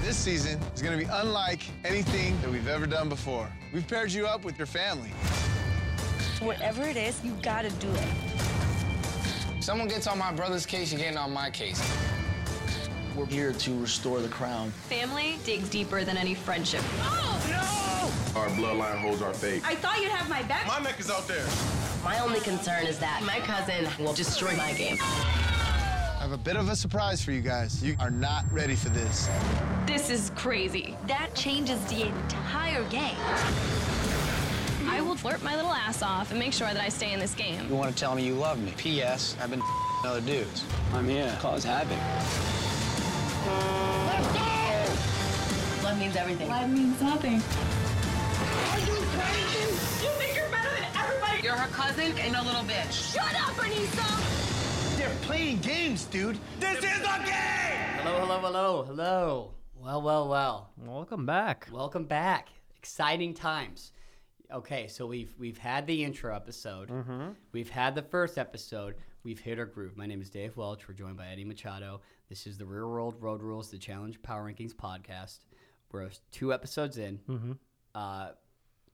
This season is going to be unlike anything that we've ever done before. We've paired you up with your family. Whatever it is, you gotta do it. Someone gets on my brother's case, you're getting on my case. We're here to restore the crown. Family digs deeper than any friendship. Our bloodline holds our faith. I thought you'd have my back. My neck is out there. My only concern is that my cousin will destroy my game. I have a bit of a surprise for you guys. You are not ready for this. This is crazy. That changes the entire game. I will flirt my little ass off and make sure that I stay in this game. You want to tell me you love me? P.S. I've been f***ing other dudes. I'm here to cause havoc. Love means everything. You're her cousin and a little bitch. They're playing games, dude. This is a game! Hello, hello, hello, hello. Well, well, well. Welcome back. Welcome back. Exciting times. Okay, so we've we've had the intro episode. Mm-hmm. We've had the first episode. We've hit our groove. My name is Dave Welch. We're joined by Eddie Machado. This is the Real World Road Rules, the Challenge Power Rankings podcast. We're two episodes in. Mm-hmm. Uh,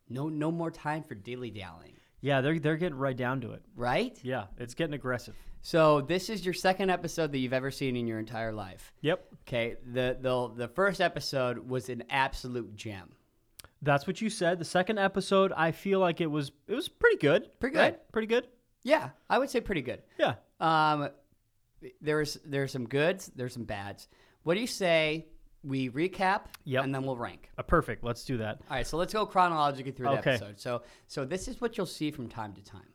no, no more time for dilly dallying, Yeah, they're they're getting right down to it. right? Yeah, it's getting aggressive. So this is your second episode that you've ever seen in your entire life. Yep. Okay, the the the first episode was an absolute gem. That's what you said. The second episode, I feel like it was it was pretty good. Pretty right? good. Pretty good. Yeah, I would say pretty good. Yeah. Um, there's there's some goods, there's some bads. What do you say we recap? Yep. and then we'll rank. Uh, perfect. Let's do that. All right, so let's go chronologically through the Okay. episode. So so this is what you'll see from time to time.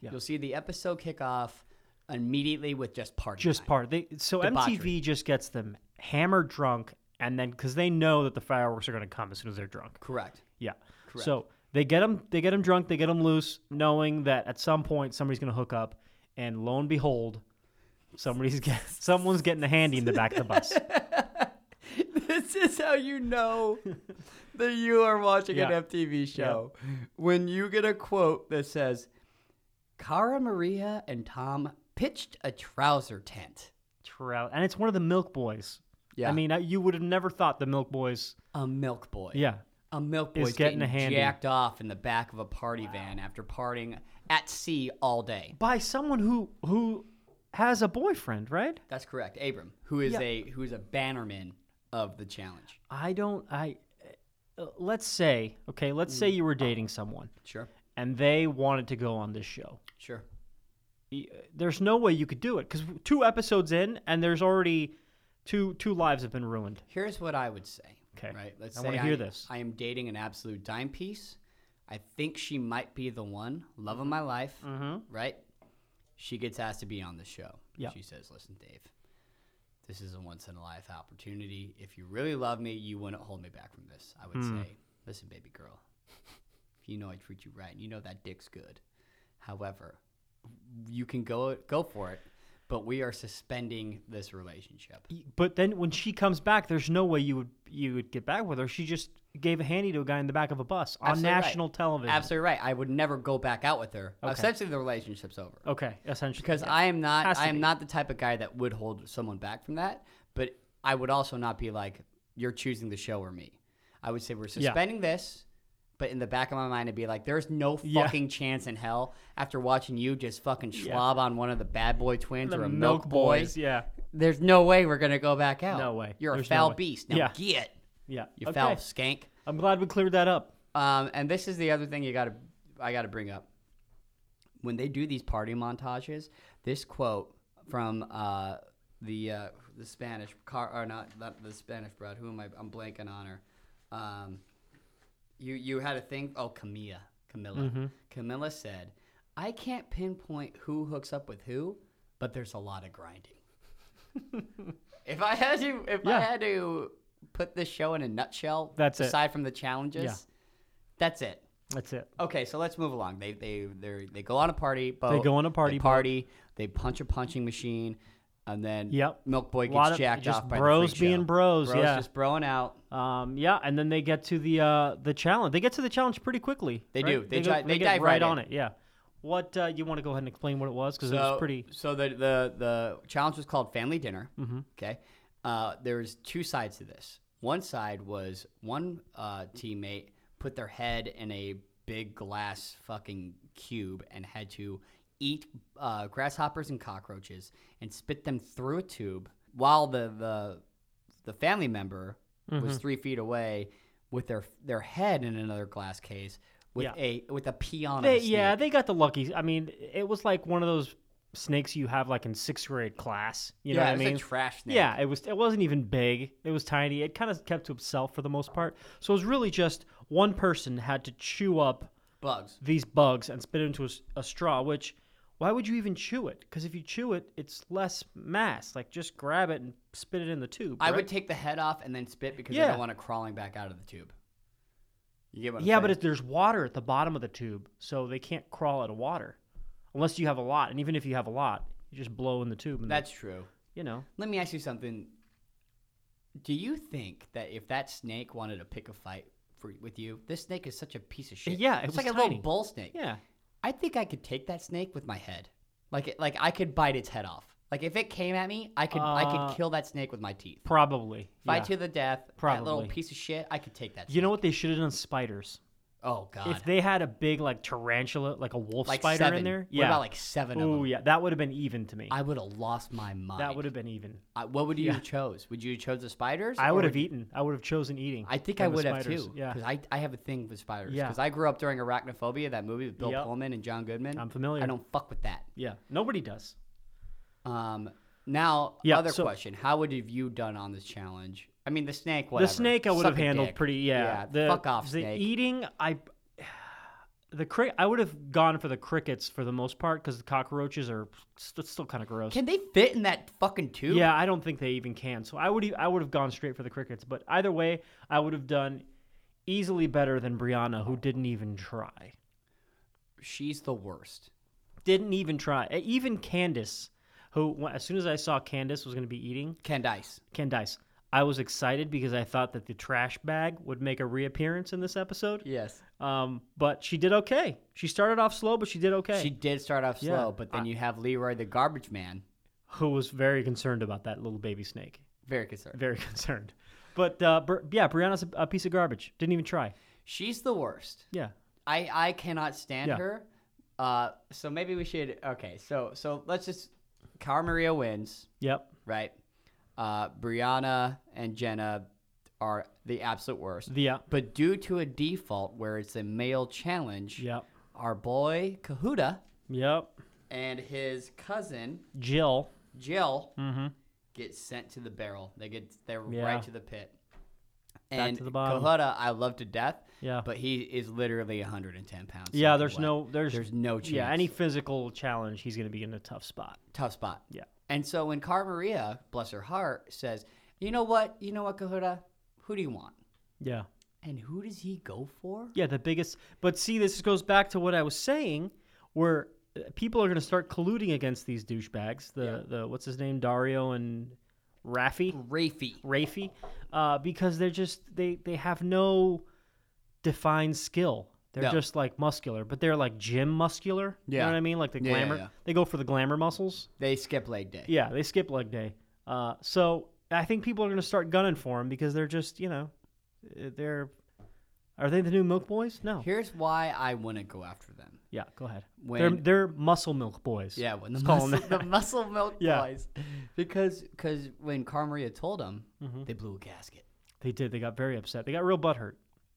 Yeah. You'll see the episode kick off immediately with just party. Just time. part. They so Debauchery. MTV just gets them hammered drunk and then cuz they know that the fireworks are going to come as soon as they're drunk. Correct. Yeah. So they get them they get them drunk, they get them loose knowing that at some point somebody's going to hook up and lo and behold somebody's get, someone's getting a handy in the back of the bus. this is how you know that you are watching Yeah. an MTV show when you get a quote that says, "Cara Maria and Tom pitched a trouser tent." Trout, and it's one of the Milk Boys. Yeah. I mean, I- you would have never thought the Milk Boys. A milk boy. Yeah, A milk boy Is getting a handy. jacked off in the back of a party van after partying at sea all day. by someone who who has a boyfriend, right? That's correct, Abram, who is Yeah. a who is a bannerman of the challenge. I don't. I uh, let's say okay. Let's say you were dating someone Mm. Sure. and they wanted to go on this show. Sure. Y- There's no way you could do it because two episodes in and there's already two two lives have been ruined. Here's what I would say. 'Kay. Right. Let's I say wanna hear this. I am dating an absolute dime piece. I think she might be the one. Love of my life. Mm-hmm. Right. She gets asked to be on the show. Yeah. She says, "Listen, Dave, this is a once in a life opportunity. If you really love me, you wouldn't hold me back from this." I would say, "Listen, baby girl, you know I treat you right, and you know that dick's good. However, you can go go for it." But we are suspending this relationship. Y- But then when she comes back, there's no way you would you would get back with her. She just gave a handy to a guy in the back of a bus on Absolutely right. national television. Absolutely right. I would never go back out with her. Okay. Essentially, the relationship's over Okay, essentially because I am not. Has to I am be. not the type of guy that would hold someone back from that. But I would also not be like you're choosing the show or me. I would say we're suspending this. But in the back of my mind, I'd be like, "There's no Yeah. fucking chance in hell after watching you just fucking slob on one of the bad boy twins or a milk, boy. Yeah. There's no way we're gonna go back out. No way. You're There's a no foul way. beast. Now Yeah. get Yeah. you okay. foul skank." I'm glad we cleared that up. Um, and this is the other thing you got to I got to bring up. When they do these party montages, this quote from uh, the uh, the Spanish car or not, not the Spanish broad. Who am I? I'm blanking on her. Um, you you had a thing. Oh, Camilla. Camilla. Camilla said, "I can't pinpoint who hooks up with who, but there's a lot of grinding." if I had to, if I Yeah. had to put this show in a nutshell, That's it. aside from the challenges, Yeah. that's it. That's it. Okay, so let's move along. They they they they go on a party boat. go on a party they boat. party. They punch a punching machine, and then Yep. Milk Boy Lot gets of- jacked just off by the bros freak being show. bros, yeah. just broing out. Um, yeah, and then they get to the uh, the challenge. They get to the challenge pretty quickly. They right? do. They try- they get dive right right on in. it. Yeah. What uh, you want to go ahead and explain what it was because So it was pretty. Mm-hmm. So the the the challenge was called Family Dinner. Okay, uh, there's two sides to this. One side was one uh, teammate put their head in a big glass fucking cube and had to eat uh, grasshoppers and cockroaches and spit them through a tube while the the, the family member Mm-hmm. was three feet away with their their head in another glass case with Yeah. a with a pee on They, a snake. yeah, they got the lucky. I mean, it was like one of those snakes you have like in sixth grade class. You know Yeah, what I it was a mean? trash snake. Yeah, it was. It wasn't even big. It was tiny. It kind of kept to itself for the most part. So it was really just one person had to chew up bugs. these bugs and spit it into a, s- a straw. Which, why would you even chew it? Because if you chew it, it's less mass. Like just grab it and spit it in the tube. I right? would take the head off and then spit because I Yeah. don't want it crawling back out of the tube. You get what I'm Yeah, but saying? it, there's water at the bottom of the tube, so they can't crawl out of water unless you have a lot. And even if you have a lot, you just blow in the tube. And that's true. you know. Let me ask you something. Do you think that if that snake wanted to pick a fight for, with you, this snake is such a piece of shit. Yeah, it it's was like a tiny. little bull snake. Yeah. I think I could take that snake with my head. Like, it, like I could bite its head off. Like if it came at me, I could I Uh, could kill that snake with my teeth. Probably. Fight to yeah. the death. That little Probably. piece of shit. I could take that. You know what they should have done? Spiders. oh god. If they had a big like tarantula, like a wolf like spider seven. in there, What yeah. about like seven of oh them? yeah, that would have been even to me. I would have lost my mind. that would have been even. I, what would you have chose? Would you have chose the spiders? I or would have eaten. I would have chosen eating. I think than I the would have spiders. too. Yeah. Because I, I have a thing with spiders. Yeah. Because I grew up during Arachnophobia, that movie with Bill Yep. Pullman and John Goodman. I'm familiar. I don't fuck with that. Yeah. Nobody does. Um, now, Yeah, other so- question: How would have you done on this challenge? I mean, the snake. Whatever. The snake I would have Suck a handled dick. pretty. Yeah. the, fuck off, The snake. eating, I. The crick, I would have gone for the crickets for the most part because the cockroaches are st- still kind of gross. Can they fit in that fucking tube? Yeah, I don't think they even can. So I would e- I would have gone straight for the crickets. But either way, I would have done easily better than Brianna, who didn't even try. She's the worst. Didn't even try. Uh, Even Candace, who when- as soon as I saw Candace was going to be eating Candice. Candice, I was excited because I thought that the trash bag would make a reappearance in this episode. Yes. Um, but she did okay. She started off slow, but she did okay. She did start off Yeah, slow, but then you have Leroy the garbage man. who was very concerned about that little baby snake. Very concerned. Very concerned. But uh, Br- yeah, Brianna's a, a piece of garbage. Didn't even try. She's the worst. Yeah. I I cannot stand Yeah. her. Uh, so maybe we should. Okay, so so let's just. Cara Maria wins, Yep. right? Uh, Brianna and Jenna are the absolute worst. Yeah. But due to a default where it's a male challenge, Yep. our boy Kahuta Yep. and his cousin Jill. Mm-hmm. Jill get sent to the barrel. They get they're Yeah. right to the pit. And to the bottom. Kahuta, I love to death. Yeah. But he is literally 110 pounds. Yeah, soaking there's wet. no there's there's no chance. Yeah, any physical challenge, he's gonna be in a tough spot. tough spot. Yeah. And so when Car Maria, bless her heart, says, "You know what? You know what, Kahuta? Who do you want?" Yeah. And who does he go for? Yeah, the biggest but see this goes back to what I was saying, where uh, people are gonna start colluding against these douchebags. The the what's his name? Dario and Rafi. Rafi. Rafi. Uh, because they're just they they have no defined skill. They're No. just like muscular, but they're like gym muscular. You Yeah. know what I mean? Like the Yeah, yeah, glamour. yeah. They go for the glamour muscles. They skip leg day. Yeah, they skip leg day. Uh, so I think people are going to start gunning for him because they're just, you know, uh, they're. Are they the new Milk Boys? No. Here's why I wouldn't go after them. yeah, go ahead. When- they're, they're Muscle Milk Boys. Yeah, when the, Let's call muscle, 'em the that. muscle milk Yeah. boys. Because cause when Carmaria told him, Mm-hmm. they blew a gasket. They did. They got very upset. They got real butthurt.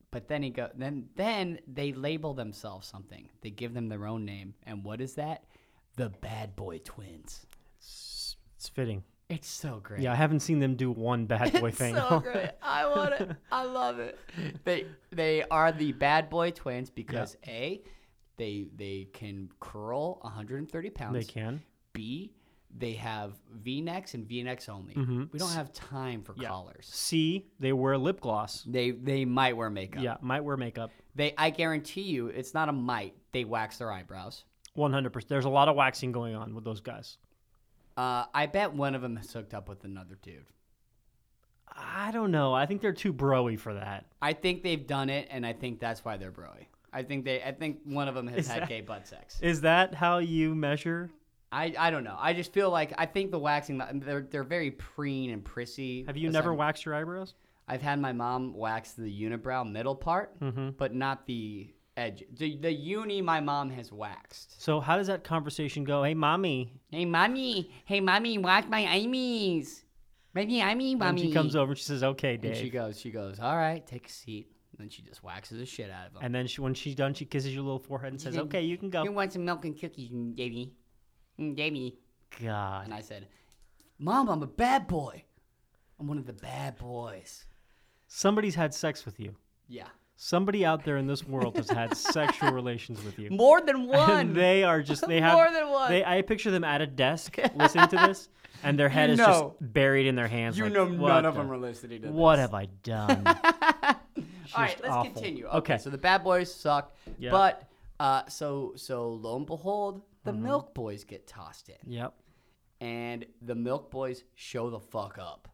But then he go then then they label themselves something. They give them their own name. And what is that? The bad boy twins. It's, it's fitting. It's so great. Yeah, I haven't seen them do one bad boy thing. so great. I want it. I love it. They they are the bad boy twins because A, they they can curl 130 pounds. they can. B, they have V necks and V necks only. We don't have time for collars. Mm-hmm. C, they wear lip gloss. They they might wear makeup. Yeah, might wear makeup. They I guarantee you it's not a might. They wax their eyebrows. 100%. There's a lot of waxing going on with those guys. Uh, I bet one of them is hooked up with another dude. I don't know. I think they're too broy for that. I think they've done it, and I think that's why they're broy. I think they. I think one of them has had gay butt sex. Is that how you measure I, I don't know. I just feel like I think the waxing they're they're very preen and prissy. Have you as never I'm- waxed your eyebrows? I've had my mom wax the unibrow middle part, Mm-hmm. but not the edge. The, the uni my mom has waxed. So how does that conversation go? Hey, mommy. Hey, mommy. Hey, mommy, wax my eyes. Maybe I mean, And mommy. she comes over and she says, "Okay, Dave." And she goes, she goes, all right, take a seat. And then she just waxes the shit out of him. And then she, when she's done, she kisses your little forehead and says, "Okay, you can go." You want some milk and cookies, Davy? Davy. And God, I said, Mom, I'm a bad boy. I'm one of the bad boys. somebody's had sex with you. Yeah. Somebody out there in this world has had sexual relations with you. More than one. And they are just they have More than one. They, I picture them at a desk listening to this, and their head You is know. just buried in their hands. you like, know, "What none of the- them are listening to this. What have I done? All right, just let's awful. continue. Okay, Okay. so the bad boys suck, Yeah. but uh, so so lo and behold, the milk boys get tossed in, Mm-hmm. yep. and the milk boys show the fuck up.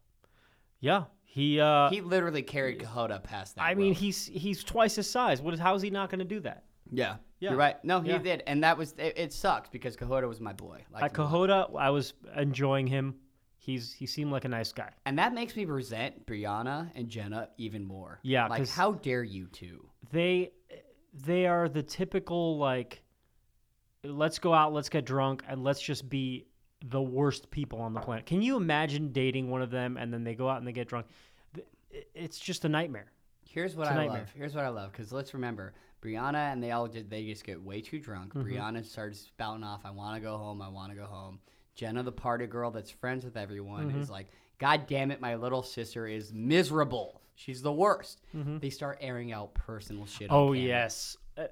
Yeah. He. Uh, He literally carried Kahota past that. I mean, rope. he's he's twice his size. What is? How is he not going to do that? yeah, Yeah. you're right. No, he Yeah. did, and that was it, it. Sucked because Kahota was my boy, like At Cahoda, I was enjoying him. He's he seemed like a nice guy. and that makes me resent Brianna and Jenna even more. Yeah, like 'cause- how dare you two? They they are the typical like let's go out, let's get drunk and let's just be the worst people on the planet. Can you imagine dating one of them and then they go out and they get drunk? Th- it- It's just a nightmare. Here's what It's a I nightmare. love. Here's what I love because let's remember Brianna and they all did. They just get way too drunk. Brianna starts spouting off, "I want to go home. I want to go home." Jenna, the party girl that's friends with everyone, is like, "God damn it, my little sister is miserable. She's the worst." They start airing out personal shit. on Oh camera. yes, uh,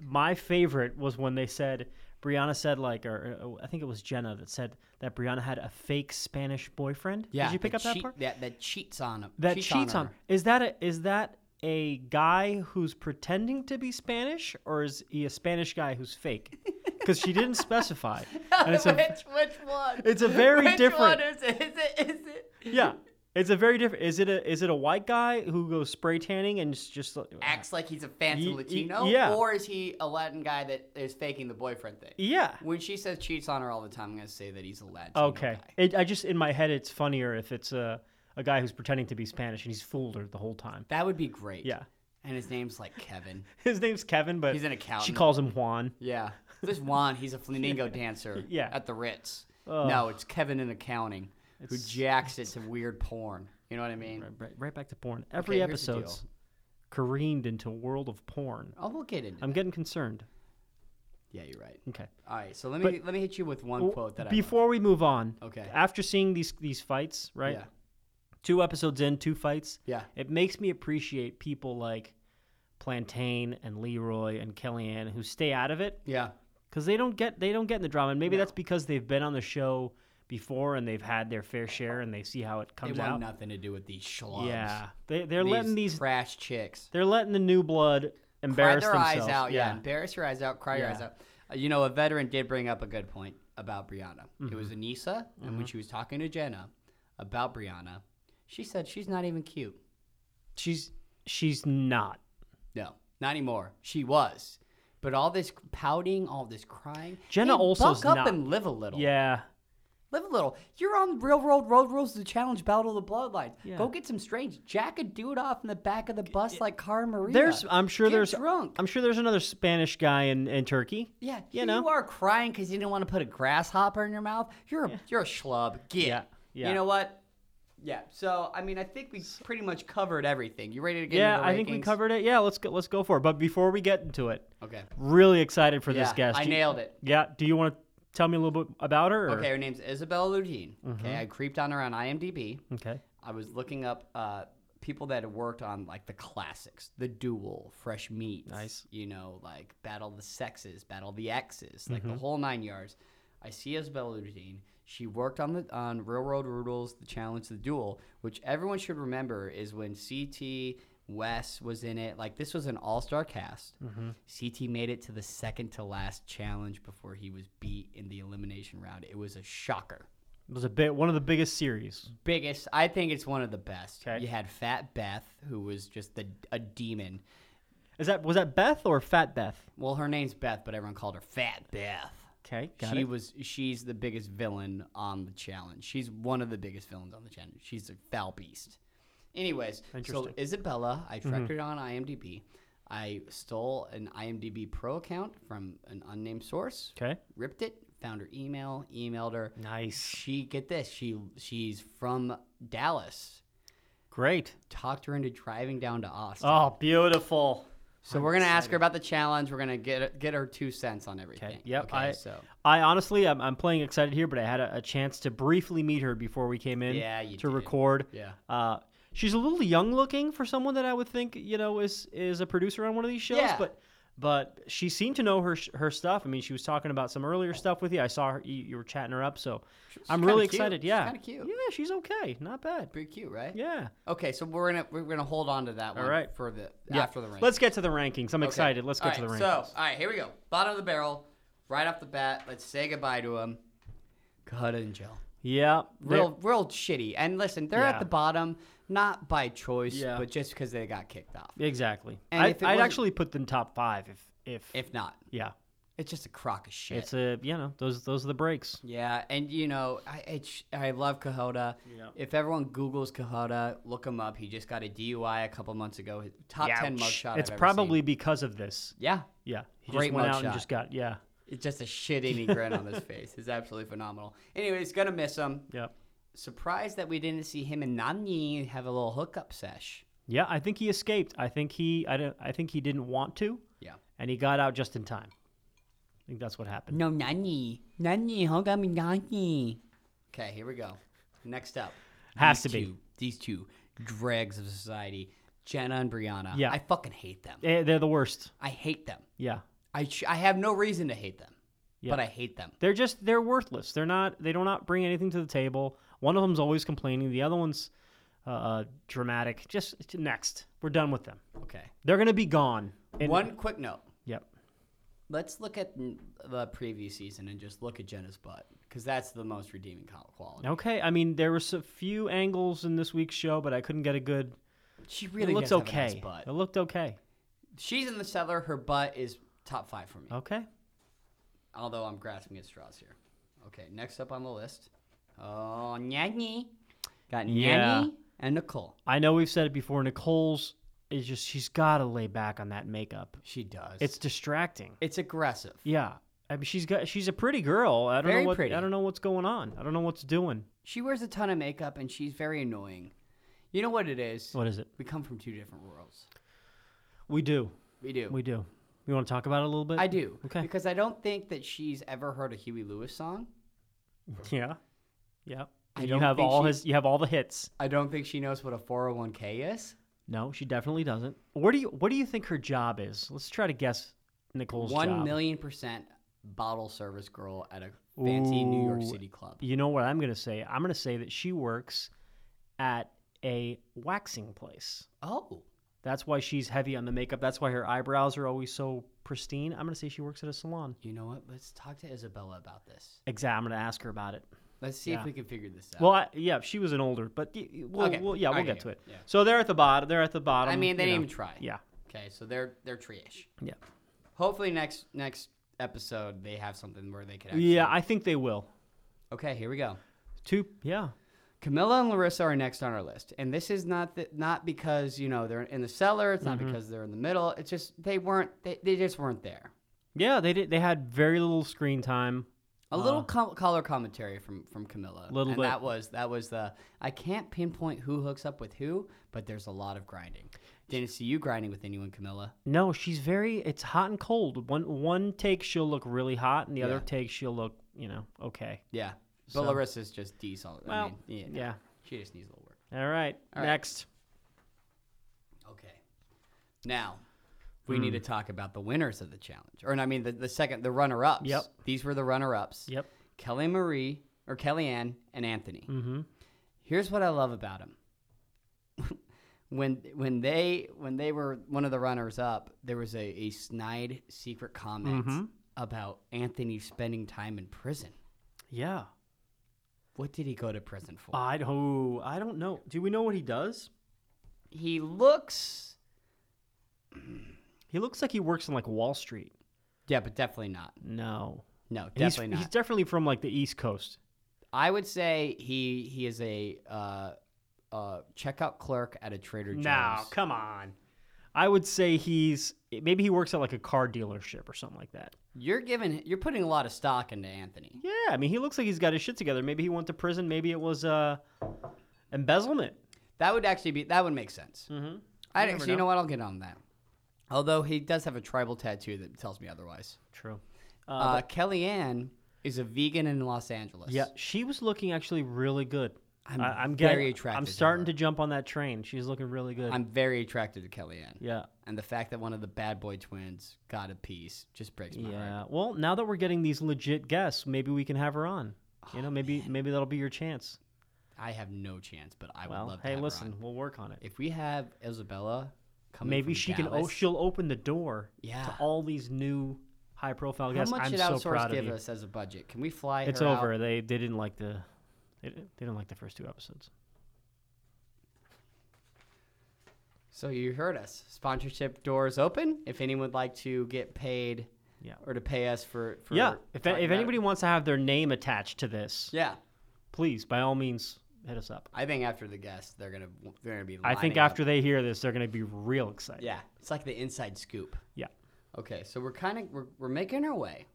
my favorite was when they said Brianna said like, or uh, I think it was Jenna that said that Brianna had a fake Spanish boyfriend. yeah. Did you pick that up that cheat- part? That, that cheats on him. that cheats on, her. is that a, is that a guy who's pretending to be Spanish or is he a Spanish guy who's fake? Because she didn't specify, and it's a which which one? it's a very which different- One is it? Is it? Is it? yeah. It's a very different. Is it a is it a white guy who goes spray tanning and is just like- Acts like he's a fancy Ye- ye- Latino, yeah. or is he a Latin guy that is faking the boyfriend thing? yeah? When she says cheats on her all the time, I'm gonna say that he's a Latino Okay. guy. It, I just in my head it's funnier if it's a a guy who's pretending to be Spanish and he's fooled her the whole time. That would be great. Yeah. And his name's like Kevin. His name's Kevin, but He's an She accountant. calls him Juan. Yeah. This Juan, he's a flamingo dancer. Yeah. At the Ritz. No, it's Kevin in accounting who jacks it to weird porn. You know what I mean? Right, right back to porn. Every Okay, here's the episode's careened into a world of porn. Oh, we'll get into. I'm getting concerned. Yeah, you're right. Okay. All right, so let me let me hit you with one quote that Before we move on, Okay. After seeing these these fights, I right? love. Two episodes in, two fights. Yeah. It makes me appreciate people like Plantain and Leroy and Kellyanne who stay out of it Yeah. Yeah. because they don't get they don't get in the drama, and maybe that's because they've been on the show before and they've had their fair share and they see how it They comes want out. nothing to do with these schlubs. Yeah, they they're letting these trash chicks. they're letting the new blood cry embarrass their themselves. eyes out. Yeah. embarrass your eyes out, cry your Yeah. eyes out. Uh, you know, a veteran did bring up a good point about Brianna. It was Mm-hmm. Anissa, and when she was talking to Jenna about Brianna, she said she's not even cute. she's she's not. No, not anymore. She was, but all this pouting, all this crying. Jenna hey, Olso's buck up not. and live a little. Yeah, live a little. You're on Railroad Road Rules, the Challenge Battle of the Bloodlines. Go get some strange. Jack a dude off in the back of the bus like Cara Maria. there's I'm sure Get there's drunk. I'm sure there's another Spanish guy in in Turkey. Yeah, you here know. you are crying because you didn't want to put a grasshopper in your mouth. You're a, you're a schlub. Get. Yeah, yeah. You know what? Yeah. So I mean, I think we pretty much covered everything. You ready to get? Yeah, into the I think we rankings? covered it. Yeah, let's go, let's go for it. But before we get into it, Okay. really excited for this Yeah, guest. I Do you- nailed it. Yeah, do you want to tell me a little bit about her? Or? Mm-hmm. Okay, her name's Isabel Ludin. Okay, I creeped on her on IMDb. Okay. I was looking up uh, people that had worked on like the classics, The Duel, Fresh Meat, nice, you know, like Battle of the Sexes, Battle of the X's, like Mm-hmm. the whole nine yards. I see Isabella Ludine. She worked on the on Railroad Rules, The Challenge, The Duel, which everyone should remember is when CT Wes was in it. Like this was an all star cast. Mm-hmm. CT made it to the second to last challenge before he was beat in the elimination round. It was a shocker It was a bit one of the biggest series. biggest. I think it's one of the best. Okay. You had Fat Beth, who was just the, a demon. Is that was that Beth or Fat Beth? Well, her name's Beth, but everyone called her Fat Beth. Okay, got she it. was. She's the biggest villain on the challenge. She's one of the biggest villains on the challenge. She's a foul beast. Anyways, so Interesting. Mm-hmm. Isabella, I tracked her on IMDb. I stole an IMDb Pro account from an unnamed source. Okay. Ripped it, found her email, emailed her. Nice. She get this. She she's from Dallas. Great. Talked her into driving down to Austin. Oh, beautiful. so we're gonna ask her about the challenge. We're gonna get get her two cents on everything. Yep. Okay. I, so I honestly, I'm, I'm playing excited here, but I had a, a chance to briefly meet her before we came in Yeah, you to did. record. Yeah. Uh, she's a little young looking for someone that I would think, you know, is is a producer on one of these shows, Yeah. but but she seemed to know her sh- her stuff. I mean, she was talking about some earlier stuff with you. I saw her you, you were chatting her up, so I'm kinda really cute. excited. She's Yeah. kinda cute. Yeah, she's okay. Not bad. pretty cute, right? Yeah. Okay, so we're gonna we're gonna hold on to that one right. for the Yeah. after the rankings. Let's get to the rankings. I'm Okay. excited. Let's get All to the right, rankings. So, all right, here we go. Bottom of the barrel, right off the bat. Let's say goodbye to him. Cut and Jill. yeah. they're- Real, real shitty. And listen, they're Yeah. at the bottom, not by choice, Yeah. but just because they got kicked off. Exactly. And I, if it I'd wasn't- actually put them top five if if, If not, yeah. it's just a crock of shit. It's a you know those those are the breaks. yeah, and you know, I it's, I love Cahoda. If everyone Googles Cahoda, look him up. He just got a DUI a couple months ago. His top ten Ouch. mugshot. It's I've ever probably seen. because of this. yeah. Yeah, he Great just went out and mugshot. just got yeah. It's just a shit eating grin on his face. It's absolutely phenomenal. Anyways, gonna miss him. Yeah. surprised that we didn't see him and Nani have a little hookup sesh. Yeah, I think he escaped. I think he I don't I think he didn't want to Yeah. and he got out just in time. I think that's what happened. No, Nani. Nani, hook up with Nani. Okay, here we go. Next up. Has these to be. two- These two dregs of society, Jenna and Brianna. Yeah. I fucking hate them. Eh, They're the worst. I hate them. Yeah. I, sh- I have no reason to hate them, Yeah. but I hate them. They're just they're worthless. They're not they do not bring anything to the table. One of them's always complaining, the other one's uh, uh dramatic. Just next. We're done with them. Okay. They're going to be gone. And- One quick note. Yep. Let's look at n- the previous season and just look at Jenna's butt because that's the most redeeming qual- quality. Okay, I mean there was a few angles in this week's show, but I couldn't get a good. She It really looked does have a okay. nice butt. It looked okay. She's in the cellar. Her butt is top five for me. Okay. Although I'm grasping at straws here. Okay, next up on the list. Oh, Nyanyi. Got Nyanyi Yeah. and Nicole. I know we've said it before. Nicole's is just she's got to lay back on that makeup. She does. It's distracting. it's aggressive. Yeah. I mean, she's got she's a pretty girl. I don't Very know what pretty. I don't know what's going on. I don't know what's doing. She wears a ton of makeup and she's very annoying. You know what it is? What is it? We come from two different worlds. We do. We do. We do. You want to talk about it a little bit? I do. Okay. Because I don't think that she's ever heard a Huey Lewis song. Yeah. Yeah. I And you don't have think all she- his you have all the hits. I don't think she knows what a 401k is. No, she definitely doesn't. What do you what do you think her job is? Let's try to guess Nicole's One job. million percent bottle service girl at a fancy New York Ooh. City club. You know what I'm going to say? I'm going to say that she works at a waxing place. Oh, That's why she's heavy on the makeup. That's why her eyebrows are always so pristine. I'm going to say she works at a salon. you know what? Let's talk to Isabella about this. Exactly. I'm going to ask her about it. Let's see Yeah. if we can figure this out. Well, I, yeah, she was an older, but y- y- we'll, Oh. Okay. we'll, yeah, All we'll right, get yeah, to it. yeah. So they're at the bottom. They're at the bottom. I mean, they you didn't know. even try. Yeah. Okay, so they're they're tree-ish. Yeah. Hopefully next next episode they have something where they could. Actually... Yeah, I think they will. Okay, here we go. Two. Yeah. Camilla and Larissa are next on our list, and this is not the, not because you know they're in the cellar. It's not because they're in the middle. It's just they weren't. They, they just weren't there. Yeah, they did. They had very little screen time. Uh, A little col color commentary from from Camilla. Little and bit. That was that was the I can't pinpoint who hooks up with who, but there's a lot of grinding. Didn't see you grinding with anyone, Camilla. No, she's very. It's hot and cold. One one take she'll look really hot, and the other Yeah. take she'll look, you know, okay. Yeah, but Larissa's just decent. I Well, mean, yeah, no, yeah. she just needs a little work. All right. All right. Next. Okay, now we need to talk about the winners of the challenge, or I mean the, the second the runner ups. Yep. these were the runner ups. Yep. Kelly Marie or Kellyanne and Anthony. Mm-hmm. Here's what I love about him. when when they when they were one of the runners up, there was a, a snide secret comment about Anthony spending time in prison. Yeah. What did he go to prison for? I don't. I don't know. Do we know what he does? he looks He looks like he works in like Wall Street. yeah, but definitely not. No. No, And he's- definitely he's, not. definitely from like the East Coast. I would say he he is a uh, uh, checkout clerk at a Trader Joe's. No, come on. I would say he's maybe he works at like a car dealership or something like that. You're giving you're putting a lot of stock into Anthony. Yeah, I mean he looks like he's got his shit together. Maybe he went to prison. Maybe it was uh, embezzlement. That would actually be that would make sense. Hmm. Mm-hmm. I actually, you know what? I'll get on that. Although he does have a tribal tattoo that tells me otherwise. True. Uh, Kellyanne is a vegan in Los Angeles. Yeah, she was looking actually really good. I'm I- I'm very getting, attracted I'm to starting her. to, jump on that train. She's looking really good. I'm very attracted to Kellyanne. yeah. And the fact that one of the bad boy twins got a piece just breaks my heart. Yeah. Well, now that we're getting these legit guests, maybe we can have her on. You know, maybe maybe that'll be your chance. Oh, I have no chance, but I would Well, love to hey, have her listen, on. we'll work on it. If we have Isabella coming from Maybe she can. Oh, Dallas- she'll open the door. Yeah. To all these new high-profile How guests. much I'm should so outsource proud of give you. us as a budget? Can we fly It's her out? over. They they didn't like the they didn't they didn't like the first two episodes. So you heard us. Sponsorship doors open. If anyone would like to get paid Yeah. or to pay us for, for yeah. If talking if about it. anybody wants to have their name attached to this, Yeah. please by all means hit us up. I think after the guest they're gonna they're gonna be I think lining up. after they hear this, they're going to be real excited. Yeah. It's like the inside scoop. Yeah. Okay, so we're kinda we're, we're making our way.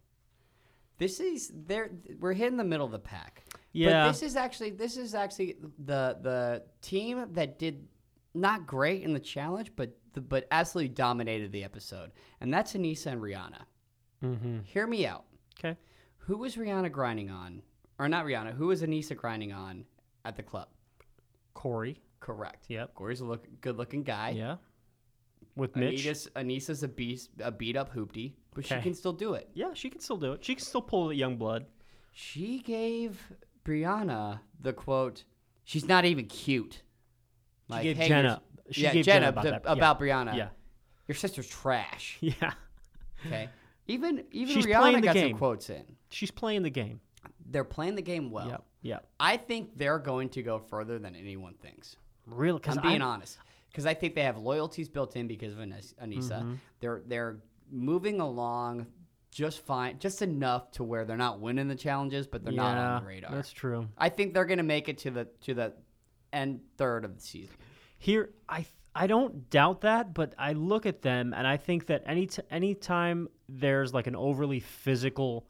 This is there we're hitting the middle of the pack. Yeah. But this is actually this is actually the the team that did not great in the challenge, but the, but absolutely dominated the episode. And that's Anissa and Rihanna. Mm-hmm. Hear me out. Okay. Who was Rihanna grinding on? Or not Rihanna, who was Anissa grinding on at the club? Corey. Correct. Yep. Corey's a look, good looking guy. Yeah. With Mitch. Anita's, Anissa's a, beast, a beat up hoopty, but she Okay. can still do it. Yeah, she can still do it. She can still pull the young blood. She gave Brianna the quote, she's not even cute. Like, gave hey, Jenna- you're- she yeah, gave Jenna, Jenna about d- that, yeah. about Brianna. Yeah. Your sister's trash. Yeah. Okay. Even even She's playing Rihanna the got game. some quotes in. She's playing the game. They're playing the game well. Yep. Yep. I think they're going to go further than anyone thinks. Really? I'm being honest because I think they have loyalties built in because of Anis- Anissa. Mm-hmm. They're they're moving along just fine, just enough to where they're not winning the challenges, but they're not on the radar. That's true. I think they're going to make it to the to the end third of the season. Here, I th- I don't doubt that, but I look at them and I think that any t- any time there's like an overly physical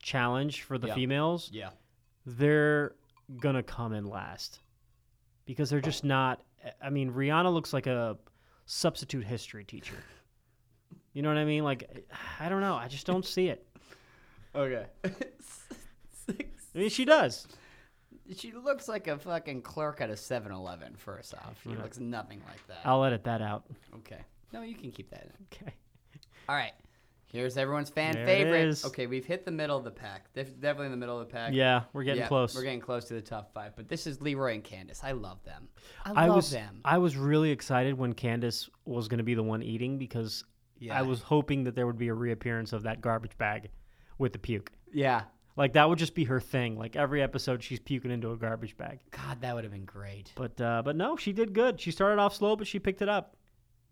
challenge for the Yeah. females, Yeah, they're gonna come in last because they're just not. I mean, Rihanna looks like a substitute history teacher. You know what I mean? Like, I don't know. I just don't see it. Okay. I mean, she does. she looks like a fucking clerk at a 7-Eleven. First off, she looks nothing like that. I'll edit that out. Okay. No, you can keep that in. Okay. All right. Here's everyone's fan There it favorite. is. Okay, we've hit the middle of the pack. Def- definitely in the middle of the pack. Yeah, we're getting Yeah, close. We're getting close to the top five. But this is Leroy and Candace. I love them. I love I was them. I was really excited when Candace was going to be the one eating because Yeah. I was hoping that there would be a reappearance of that garbage bag with the puke. yeah. Like that would just be her thing. Like every episode, she's puking into a garbage bag. God, that would have been great. But uh, but no, she did good. She started off slow, but she picked it up.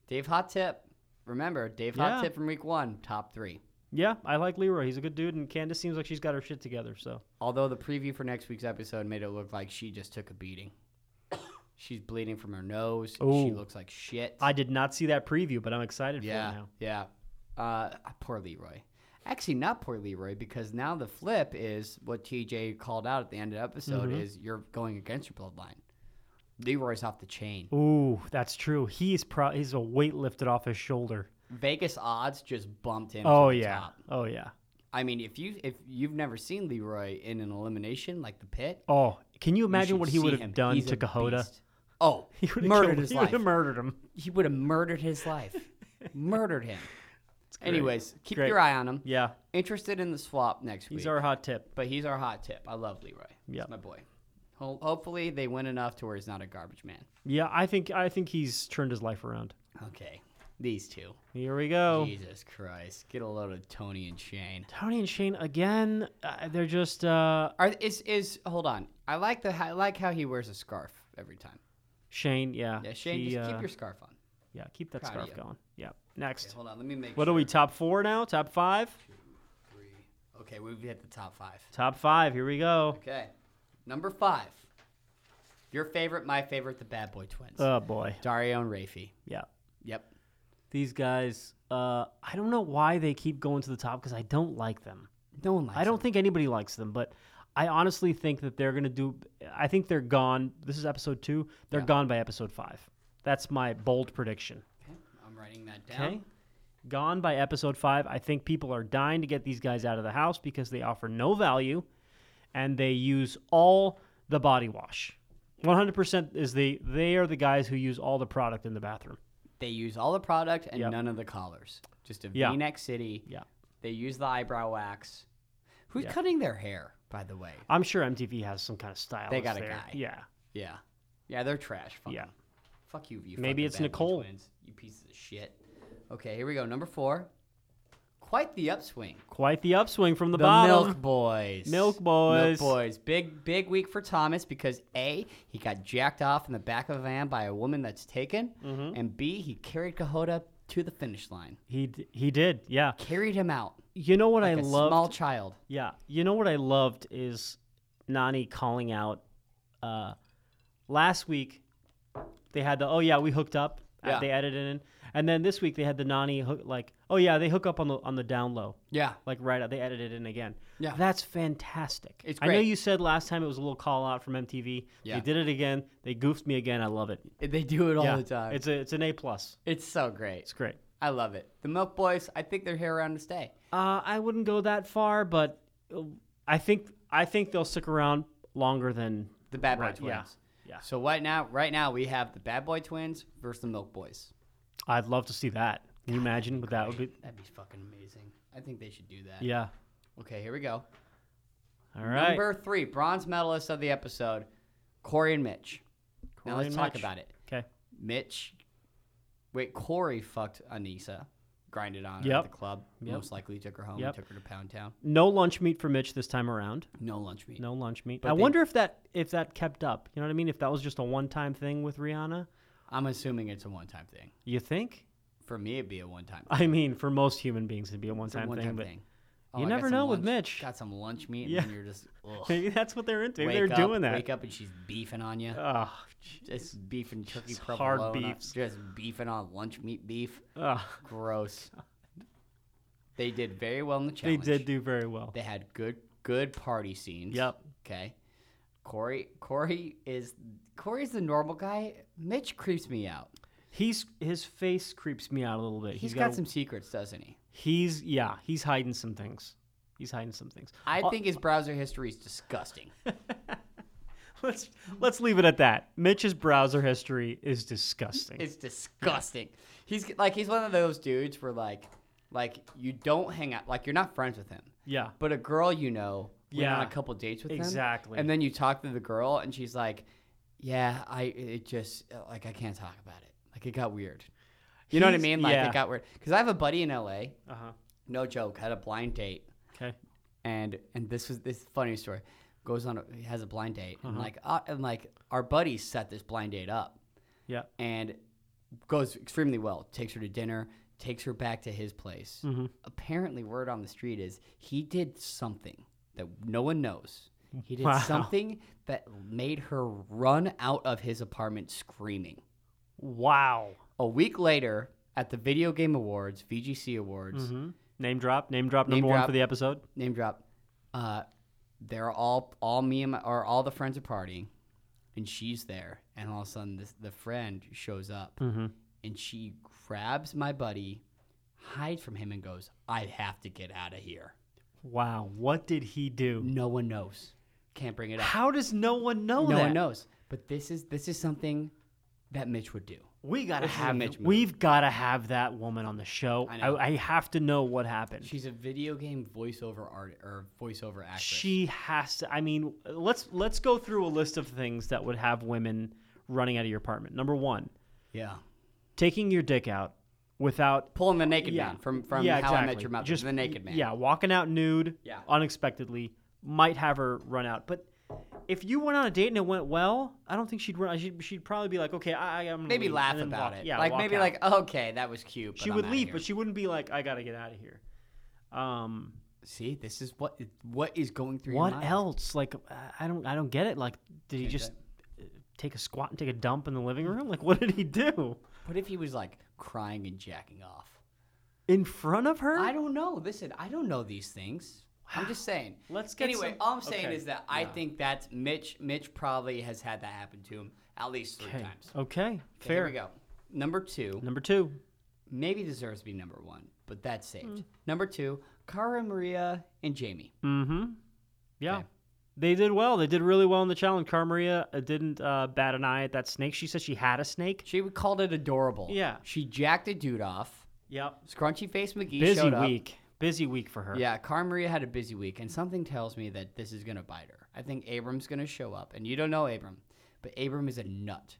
Dave Hot Tip. Remember, Dave Yeah. Hot Tip from week one, top three. Yeah, I like Leroy. He's a good dude, and Candace seems like she's got her shit together. So Although the preview for next week's episode made it look like she just took a beating. She's bleeding from her nose. She Ooh. looks like shit. I did not see that preview, but I'm excited for it Yeah, now. yeah. Uh, poor Leroy. Actually, not poor Leroy because now the flip is what TJ called out at the end of the episode Mm-hmm. is you're going against your bloodline. Leroy's off the chain. Ooh, that's true. He's pro- he's a weight lifted off his shoulder. Vegas odds just bumped him. Oh to the yeah. top. Oh yeah. I mean, if you if you've never seen Leroy in an elimination like the pit, you Oh, can you imagine what should he see would have him. done He's to a Kahota? beast. Oh, he would've murdered killed- his he life. would've murdered him. he would have murdered his life. murdered him. Anyways, keep Great. your eye on him. Yeah, Interested in the swap next week. he's our hot tip. but he's our hot tip. I love Leroy. Yeah. He's my boy. Ho- hopefully they win enough to where he's not a garbage man. Yeah, I think I think he's turned his life around. Okay. These two. Here we go. Jesus Christ. Get a load of Tony and Shane. Tony and Shane again. Uh, they're just uh, Are is is hold on. I like the I like how he wears a scarf every time. Shane. Yeah. Yeah, Shane, he, just uh, keep your scarf on. yeah, keep that proud of scarf you. going. Yeah. Next. Hold on, let me make what are we? Top four now? Top five? sure. Okay, we've hit the top five. Top five. Here we go. Okay. Number five. Your favorite, my favorite, the Bad Boy Twins. Oh boy. Dario and Rafi. Yeah. Yep. These guys. Uh, I don't know why they keep going to the top because I don't like them. No one likes. I don't think anybody likes them, but I honestly think that they're gonna do. I think they're gone. This is episode two. They're gone by episode five. That's my bold prediction. I'm writing that down. Okay. Gone by episode five. I think people are dying to get these guys out of the house because they offer no value and they use all the body wash. 100% is the they are the guys who use all the product in the bathroom. They use all the product and Yep. none of the collars. Just a Yeah. neck city. Yeah. They use the eyebrow wax. Who's cutting their hair, by the way? I'm sure MTV has some kind of style. got a there. guy. Yeah. Yeah. Yeah, they're trash. Fuck Yeah. 'em. Fuck you. you Maybe fucking it's Bad Boy Nicole. Twins, you pieces of shit. Okay, here we go. Number four. Quite the upswing. Quite the upswing from the, The bottom. Milk Boys. Milk Milk Boys. Boys. Big big week for Thomas because A, he got jacked off in the back of a van by a woman that's taken, Mm-hmm. and B, he carried Cahota to the finish line. He d- he did. Yeah. Carried him out. You know what Like I a love? small child. Yeah, you know what I loved is Nani calling out. Uh, last week they had the oh yeah we hooked up. uh, Yeah. They edited in, and then this week they had the Nani hook like oh yeah they hook up on the on the down low. Yeah. Like right, out- they edited in again. Yeah. that's fantastic. It's I know great. you said last time it was a little call out from MTV. Yeah. They did it again. They goofed me again. I love it. They do it all yeah, the time. It's, it's a it's an A plus. so great. It's great. I love it. The Milk Boys, I think they're here around to stay. Uh, I wouldn't go that far, but uh, I think I think they'll stick around longer than The Bad Boy Right, Twins. yeah. Yeah. So right now, right now we have the Bad Boy Twins versus the Milk Boys. I'd love to see that. Can you imagine what that would be? That'd be fucking amazing. I think they should do that. Yeah. Okay, here we go. All right. Number three, bronze medalist of the episode, Corey and Mitch. now Corey let's and talk Mitch. about it. okay. Mitch, wait, Corey fucked Anissa, grinded on her Yep. at the club. Most likely took her home, Yep. took her to Pound Town. No lunch meat for Mitch this time around. No lunch meet. No lunch meat. But I they- wonder if that if that kept up. You know what I mean? If that was just a one time thing with Rihanna, I'm assuming it's a one-time thing. you think? For me, it'd be a one-time. I mean, for most human beings, it'd be a one It's a time thing. one-time but thing. Oh, you I got never some know with lunch- Mitch. Got some lunch meat, and Yeah. then you're just ugh, maybe that's what they're into. Maybe wake they're up- doing that. Ah, Wake up and she's beefing on you. Ugh, just beefing turkey Just hard provolone on- beefs. Uh, Just beefing on lunch meat beef. ugh. Gross. They did very well in the They challenge. did do very well. They had good good party scenes. Yep. Okay. Corey Corey is Corey's the normal guy. Mitch creeps me out. He's his face creeps me out a little bit. he's got got a- some secrets, doesn't he? He's yeah. He's hiding some things. He's hiding some things. I think his browser history is disgusting. Let's let's leave it at that. Mitch's browser history is disgusting. It's disgusting. He's like he's one of those dudes where like like you don't hang out like you're not friends with him. yeah. But a girl you know went on Yeah. a couple dates with him. Exactly. And then you talk to the girl and she's like, "Yeah, I it just like I can't talk about it. Like it got weird." You know what I He's- mean? Like yeah. it got weird. Cuz I have a buddy in LA, Uh huh. no joke, had a blind date Okay. and and this was this funny story goes on a, he has a blind date and Uh-huh. like uh, and like our buddy set this blind date up Yeah. and goes extremely well. Takes her to dinner, takes her back to his place. Apparently, word on the street is he did something that no one knows. He did Wow. something that made her run out of his apartment screaming. Wow. A week later, at the Video Game Awards, VGC Awards, Name drop. Name drop. Name number one drop. for the episode. name drop, uh, they're all all me and my, or all the friends are partying, and she's there, and all of a sudden this, the friend shows up, Mm-hmm. and she grabs my buddy, hides from him, and goes, "I have to get out of here." Wow. What did he do? No one knows. Can't bring it up. How does no one know no that? one knows. But this is this is something that Mitch would do. We gotta This is a have Mitch move. We've gotta have that woman on the show. I, know. I, have to know what happened. She's a video game voiceover art or voiceover actress. She has to. I mean, let's let's go through a list of things that would have women running out of your apartment. Number one, yeah, taking your dick out without pulling the naked yeah man from from yeah, How exactly. I Met Your Mother. Just the naked man. Yeah, walking out nude. Yeah. unexpectedly might have her run out, but. If you went on a date and it went well, I don't think she'd run. She'd, she'd probably be like, "Okay, I, I am." gonna maybe leave," laugh and then about walk- it. Yeah, like walk maybe out. like okay, that was cute. But she I'm would outta leave, here. but she wouldn't be like, "I gotta get out of here." Um, see, this is what what is going through. what uh, your mind. else? Like, I- I don't, I don't get it. Like, did he just uh, take a squat and take a dump in the living room? Like, what did he do? What if he was like crying and jacking off? In front of her? I don't know. Listen, I don't know these things. I'm just saying. Let's get anyway. some- all I'm saying okay, is that I think that's Mitch. Mitch probably has had that happen to him at least three okay. times. Okay. Okay, Fair. Here we go. Number two, Number two. maybe deserves to be number one, but that's saved. Number two, Cara Maria and Jamie. Mm-hmm. Yeah. They did well. They did really well in the challenge. Carmaria uh, didn't uh, bat an eye at that snake. She said she had a snake. She called it adorable. Yeah. She jacked a dude off. Yep. Scrunchy face McGee Busy showed up. week. Busy week for her. Yeah, Cara Maria had a busy week, and something tells me that this is gonna bite her. I think Abram's gonna show up, and you don't know Abram, but Abram is a nut.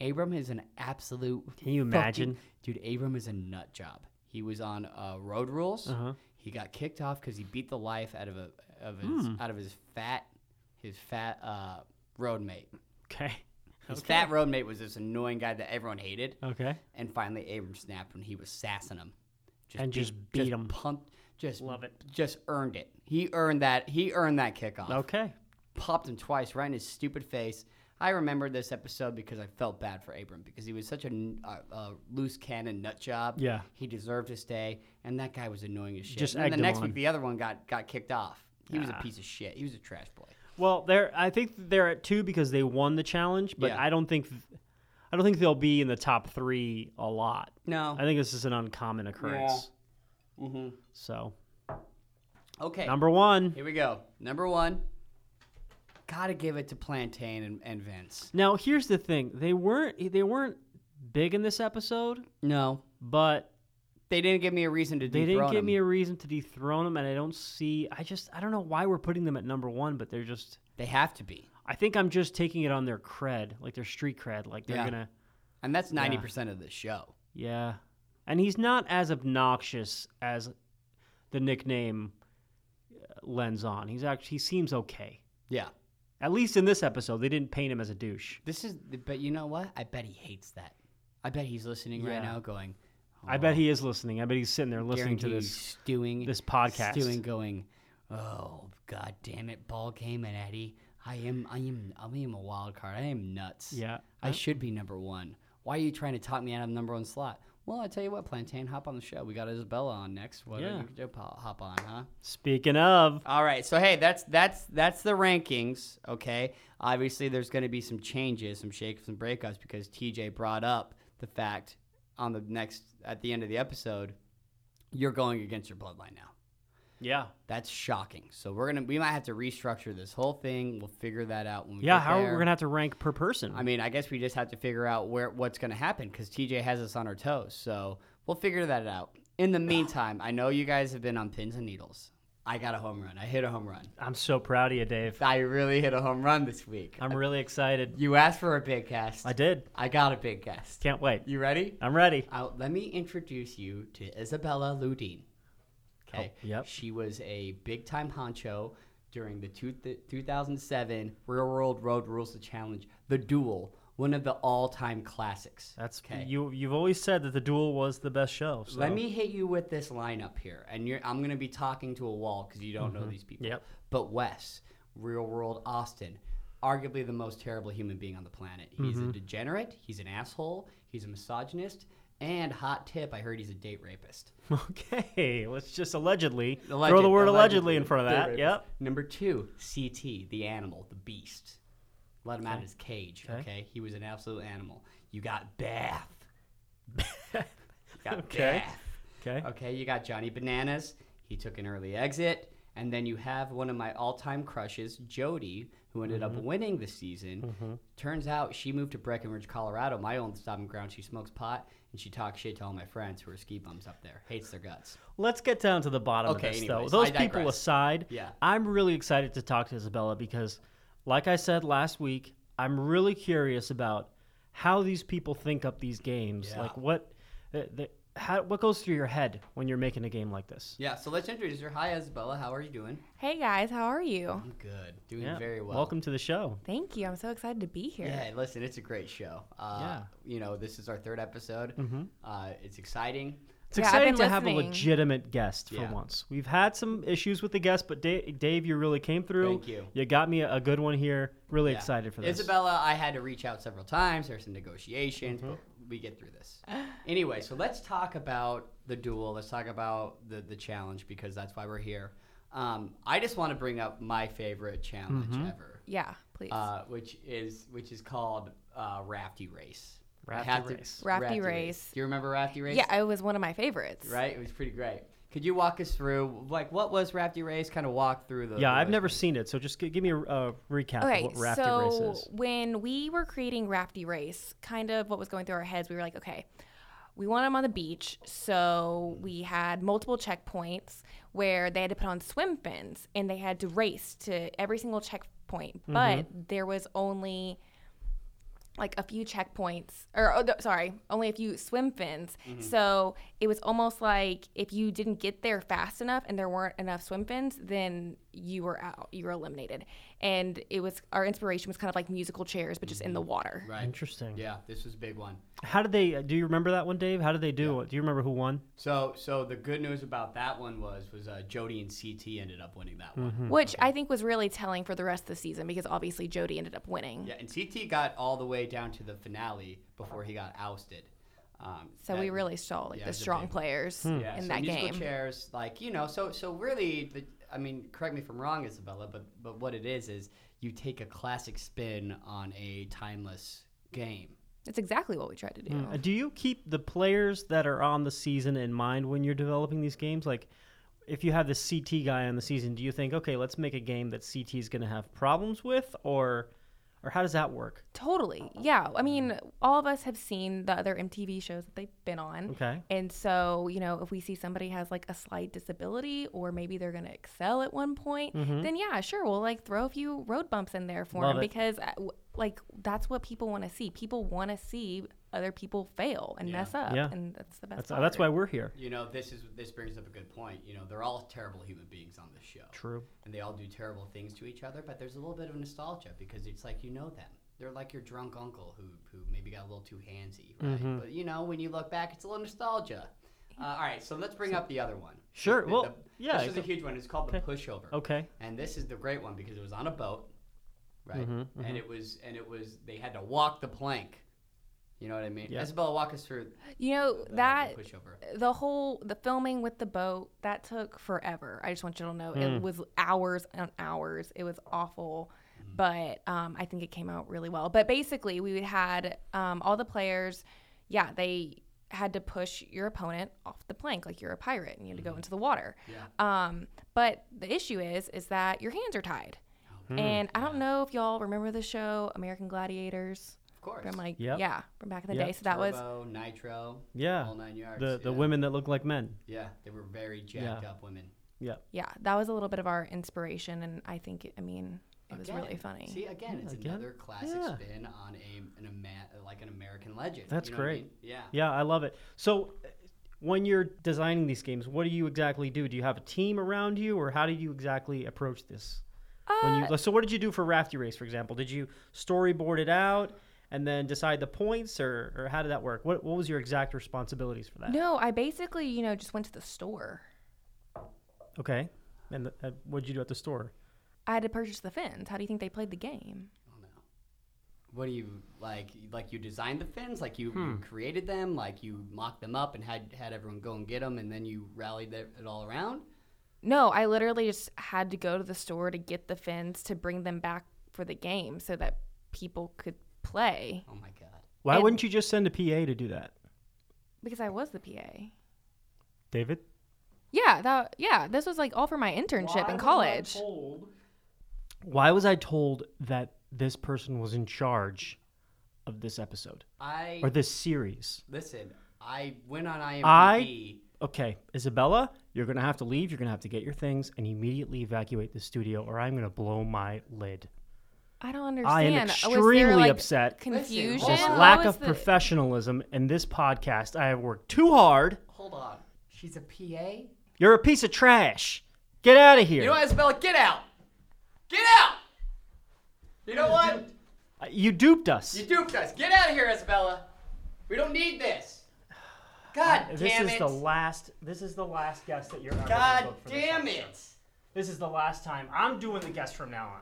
Abram is an absolute. Can you fucking- imagine? dude? Abram is a nut job. He was on uh, Road Rules. Uh-huh. He got kicked off because he beat the life out of a of his Hmm. out of his fat his fat uh, road mate. Okay. His fat road mate was this annoying guy that everyone hated. Okay. And finally, Abram snapped when he was sassing him, And just beat him. pumped, just Love it. just earned it. He earned that. He earned that kickoff. Okay. Popped him twice right in his stupid face. I remember this episode because I felt bad for Abram because he was such a, n- a- a loose cannon nut job. Yeah. he deserved to stay, and that guy was annoying as shit. Just and then egged the him next on. Ah. week, the other one got got kicked off. He was a piece of shit. He was a trash boy. Well, they're I think they're at two because they won the challenge, but Yeah. I don't think I don't think they'll be in the top three a lot. No. I think this is an uncommon occurrence. Mm-hmm. So Okay. number one. Here we go. Number one. Gotta give it to Plantain and, and Vince. Now here's the thing: they weren't they weren't big in this episode, No, but they didn't give me a reason to. they didn't dethrone give him. me a reason to dethrone them, and I don't see. I just I don't know why we're putting them at number one, but they're just. They have to be, I think I'm just taking it on their cred, like their street cred, like they're Yeah. gonna and that's ninety percent of the show. Yeah. And he's not as obnoxious as the nickname uh, lends on. He's actually he seems okay. Yeah, At least in this episode, they didn't paint him as a douche. this is. But you know what? I bet he hates that. I bet he's listening right Yeah. now, going. I bet he is listening. I bet he's sitting there listening to guarantee he's this. stewing this podcast. Stewing, going. Oh God damn it! Ball game and Eddie. I am. I am. I am a wild card. I am nuts. Yeah. uh, I should be number one. Why are you trying to talk me out of the number one slot? Well, I tell you what, Plantain, hop on the show. We got Isabella on next. What Yeah. are you gonna do? Pop- Hop on, huh? Speaking of, All right, so hey, that's that's that's the rankings. Okay, obviously there's going to be some changes, some shakeups and breakups because TJ brought up the fact on the next at the end of the episode, you're going against your bloodline now. yeah. That's shocking. So we're gonna we might have to restructure this whole thing. We'll figure that out when we Yeah, get how there. we're going to have to rank per person. I mean, I guess we just have to figure out where what's going to happen because TJ has us on our toes. So we'll figure that out. In the meantime, I know you guys have been on pins and needles. I got a home run. I hit a home run. I'm so proud of you, Dave. I really hit a home run this week. I'm really excited. You asked for a big cast. I did. Uh, I got a big cast. Can't wait. You uh, ready? I'm ready. I'll, let me introduce you to Isabella Ludin. Okay. Oh, yep. She was a big time honcho during the two th- 2007 Real World Road Rules to Challenge, The Duel, one of the all time classics. That's okay. you you've always said that the duel was the best show. So. Let me hit you with this lineup here, and you're, I'm going to be talking to a wall because you don't know these people. Yep. But Wes, real world Austin, arguably the most terrible human being on the planet. He's a degenerate. He's an asshole. He's a misogynist. And hot tip, I heard he's a date rapist. Okay, let's just allegedly throw Alleged- the word allegedly, in front of date that. rapist. Yep. Number two, CT, the animal, the beast. Let him out of his cage. Okay. He was an absolute animal. You got Bath. you got Okay. Bath. Okay. Okay, you got Johnny Bananas. He took an early exit. And then you have one of my all time crushes, Jody, who ended up winning the season. Turns out she moved to Breckenridge, Colorado, my own stomping ground. She smokes pot and she talks shit to all my friends who are ski bums up there. Hates their guts. Let's get down to the bottom Okay, of this, anyways, though. Those I people digress. aside, Yeah. I'm really excited to talk to Isabella because, like I said last week, I'm really curious about how these people think up these games. Like what, uh, the, the, how, what goes through your head when you're making a game like this? Yeah, so let's introduce her. Hi, Isabella. How are you doing? Hey guys, how are you? I'm good. Doing very well. Welcome to the show. Thank you. I'm so excited to be here. Yeah, listen, it's a great show. Uh, You know, this is our third episode. Uh, it's exciting. It's Yeah, I've exciting been to have a listening. legitimate guest for Yeah. once. We've had some issues with the guest, but Dave, Dave you really came through. Thank you. You got me a, a good one here. Really Yeah. excited for this. Isabella, I had to reach out several times. There's some negotiations, Mm-hmm. but we get through this. Anyway, so let's talk about the duel. Let's talk about the, the challenge because that's why we're here. Um, I just want to bring up my favorite challenge Mm-hmm. ever, Yeah, please. uh, which is which is called uh, Rafty Race. I Rafty have to- Race. Rafty Race. Do you remember Rafty Race? yeah, it was one of my favorites. Right? It was pretty great. Could you walk us through, like, what was Rafty Race? Kind of walk through the. yeah, the I've race. never seen it, so just g- give me a, a recap Okay, of what Rafty so Race is. when we were creating Rafty Race, kind of what was going through our heads, we were like, okay, we want them on the beach, so we had multiple checkpoints where they had to put on swim fins and they had to race to every single checkpoint, but there was only like a few checkpoints or oh, no, sorry only a few swim fins so it was almost like if you didn't get there fast enough and there weren't enough swim fins then you were out you were eliminated and it was our inspiration was kind of like musical chairs but just in the water Right. Interesting. Yeah, this was a big one. How did they? uh, Do you remember that one, Dave? How did they do? it? Do you remember who won? So, so the good news about that one was was uh, Jody and CT ended up winning that one. which i think was really telling for the rest of the season because obviously jody ended up winning Yeah, and CT got all the way down to the finale before he got ousted. Um, so that- we really saw like yeah, it the was a strong big- players yeah, in so that musical game chairs, like you know, so so really, the, I mean, correct me if I'm wrong, Isabella, but but what it is is you take a classic spin on a timeless game. that's exactly what we tried to do Hmm. Uh, Do you keep the players that are on the season in mind when you're developing these games? Like, if you have the CT guy on the season, do you think, okay, let's make a game that CT is going to have problems with, or, or how does that work? Totally. Yeah. I mean, all of us have seen the other MTV shows that they've been on. Okay. And so, you know, if we see somebody has like a slight disability or maybe they're going to excel at one point, then yeah, sure, we'll like throw a few road bumps in there for Mm-hmm. Love them it. because uh, w- like that's what people want to see. People want to see other people fail and mess up. Yeah. And that's the best That's that's why part. we're here. You know, this is this brings up a good point. You know, they're all terrible human beings on this show. True. And they all do terrible things to each other, but there's a little bit of nostalgia because it's like you know them. They're like your drunk uncle who who maybe got a little too handsy, right? Mm-hmm. But you know, when you look back, it's a little nostalgia. Uh, all right, so let's bring up the other one. Sure, The- the- well, the- yeah, This is a go- huge one. It's called the pushover. Okay. And this is the great one because it was on a boat, right? Mm-hmm, And it was and it was they had to walk the plank. You know what I mean? Yeah. Isabella, walk us through You know, the- that the pushover. the whole the filming with the boat that took forever i just want you to know it was hours and hours it was awful but um, i think it came out really well but basically we had um, all the players yeah they had to push your opponent off the plank like you're a pirate and you had to go into the water um, but the issue is is that your hands are tied and i don't know if y'all remember the show american gladiators Of course. from like Yep. yeah from back in the Yep. day so that was Turbo, nitro. Yeah. All nine yards. The the yeah. women that look like men. Yeah, they were very jacked up women. Yeah. yeah, that was a little bit of our inspiration, and I think it, I mean it was Again, really funny. See, again, it's again. another classic Yeah. spin on a an ama- like an American legend. That's you know what I great. mean? Yeah. Yeah, I love it. So, uh, when you're designing these games, what do you exactly do? Do you have a team around you, or how do you exactly approach this? when you, so, what did you do for Rafty Race, for example? Did you storyboard it out and then decide the points, or, or how did that work? What, what was your exact responsibilities for uh, that? no, I basically you know just went to the store. Okay. And the, uh, what did you do at the store? I had to purchase the fins. How do you think they played the game? What do you like? Like you designed the fins, like you, Hmm. you created them, like you mocked them up and had had everyone go and get them, and then you rallied it, it all around. No, I literally just had to go to the store to get the fins to bring them back for the game so that people could play Oh my god. Why And- wouldn't you just send a PA to do that, because I was the PA. David? Yeah, that yeah, this was like all for my internship in college. Why was I told that this person was in charge of this episode I or this series? listen. I went on IMDb. Okay, Isabella, you're going to have to leave. You're going to have to get your things and immediately evacuate the studio, or I'm going to blow my lid. I don't understand. I am was extremely there, like, upset. Confusion. This What lack was of the- professionalism in this podcast. I have worked too hard. She's a PA? You're a piece of trash. Get out of here. You know what, Isabella? Get out! Get out! You know what? Uh, you duped us. You duped us. Get out of here, Isabella. We don't need this. God this damn is it. the last. This is the last guest that you're. ever God gonna book for this damn episode. it. This is the last time. I'm doing the guests from now on.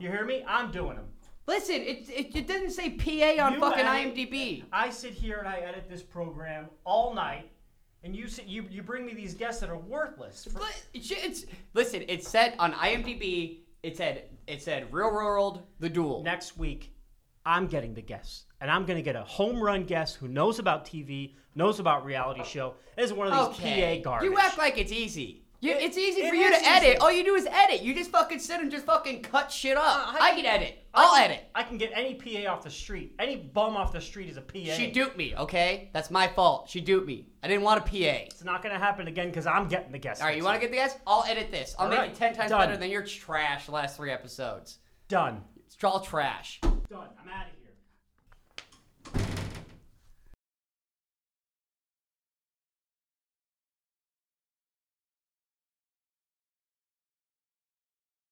You hear me? I'm doing them. Listen, it, it, it didn't say PA on fucking IMDb. I sit here and I edit this program all night, and you sit, you you bring me these guests that are worthless. For, It's, it's- listen, it said on IMDb, it said it said Real World The Duel. Next week, I'm getting the guests, and I'm gonna get a home run guest who knows about TV, knows about reality show, and is one of these Okay. PA garbage. You act like it's easy. You, it's easy it for you to is edit. easy. All you do is edit. You just fucking sit and just fucking cut shit up. I, can, edit. Uh, I I'll can- edit. I can get any PA off the street. Any bum off the street is a PA. She duped me, okay? That's my fault. She duped me. I didn't want a PA. It's not gonna happen again because I'm getting the guests. All right, you want to get the guess? I'll edit this. I'll All make right, it ten times done. better than your trash last three episodes. Done. It's all trash. Done. I'm out of here.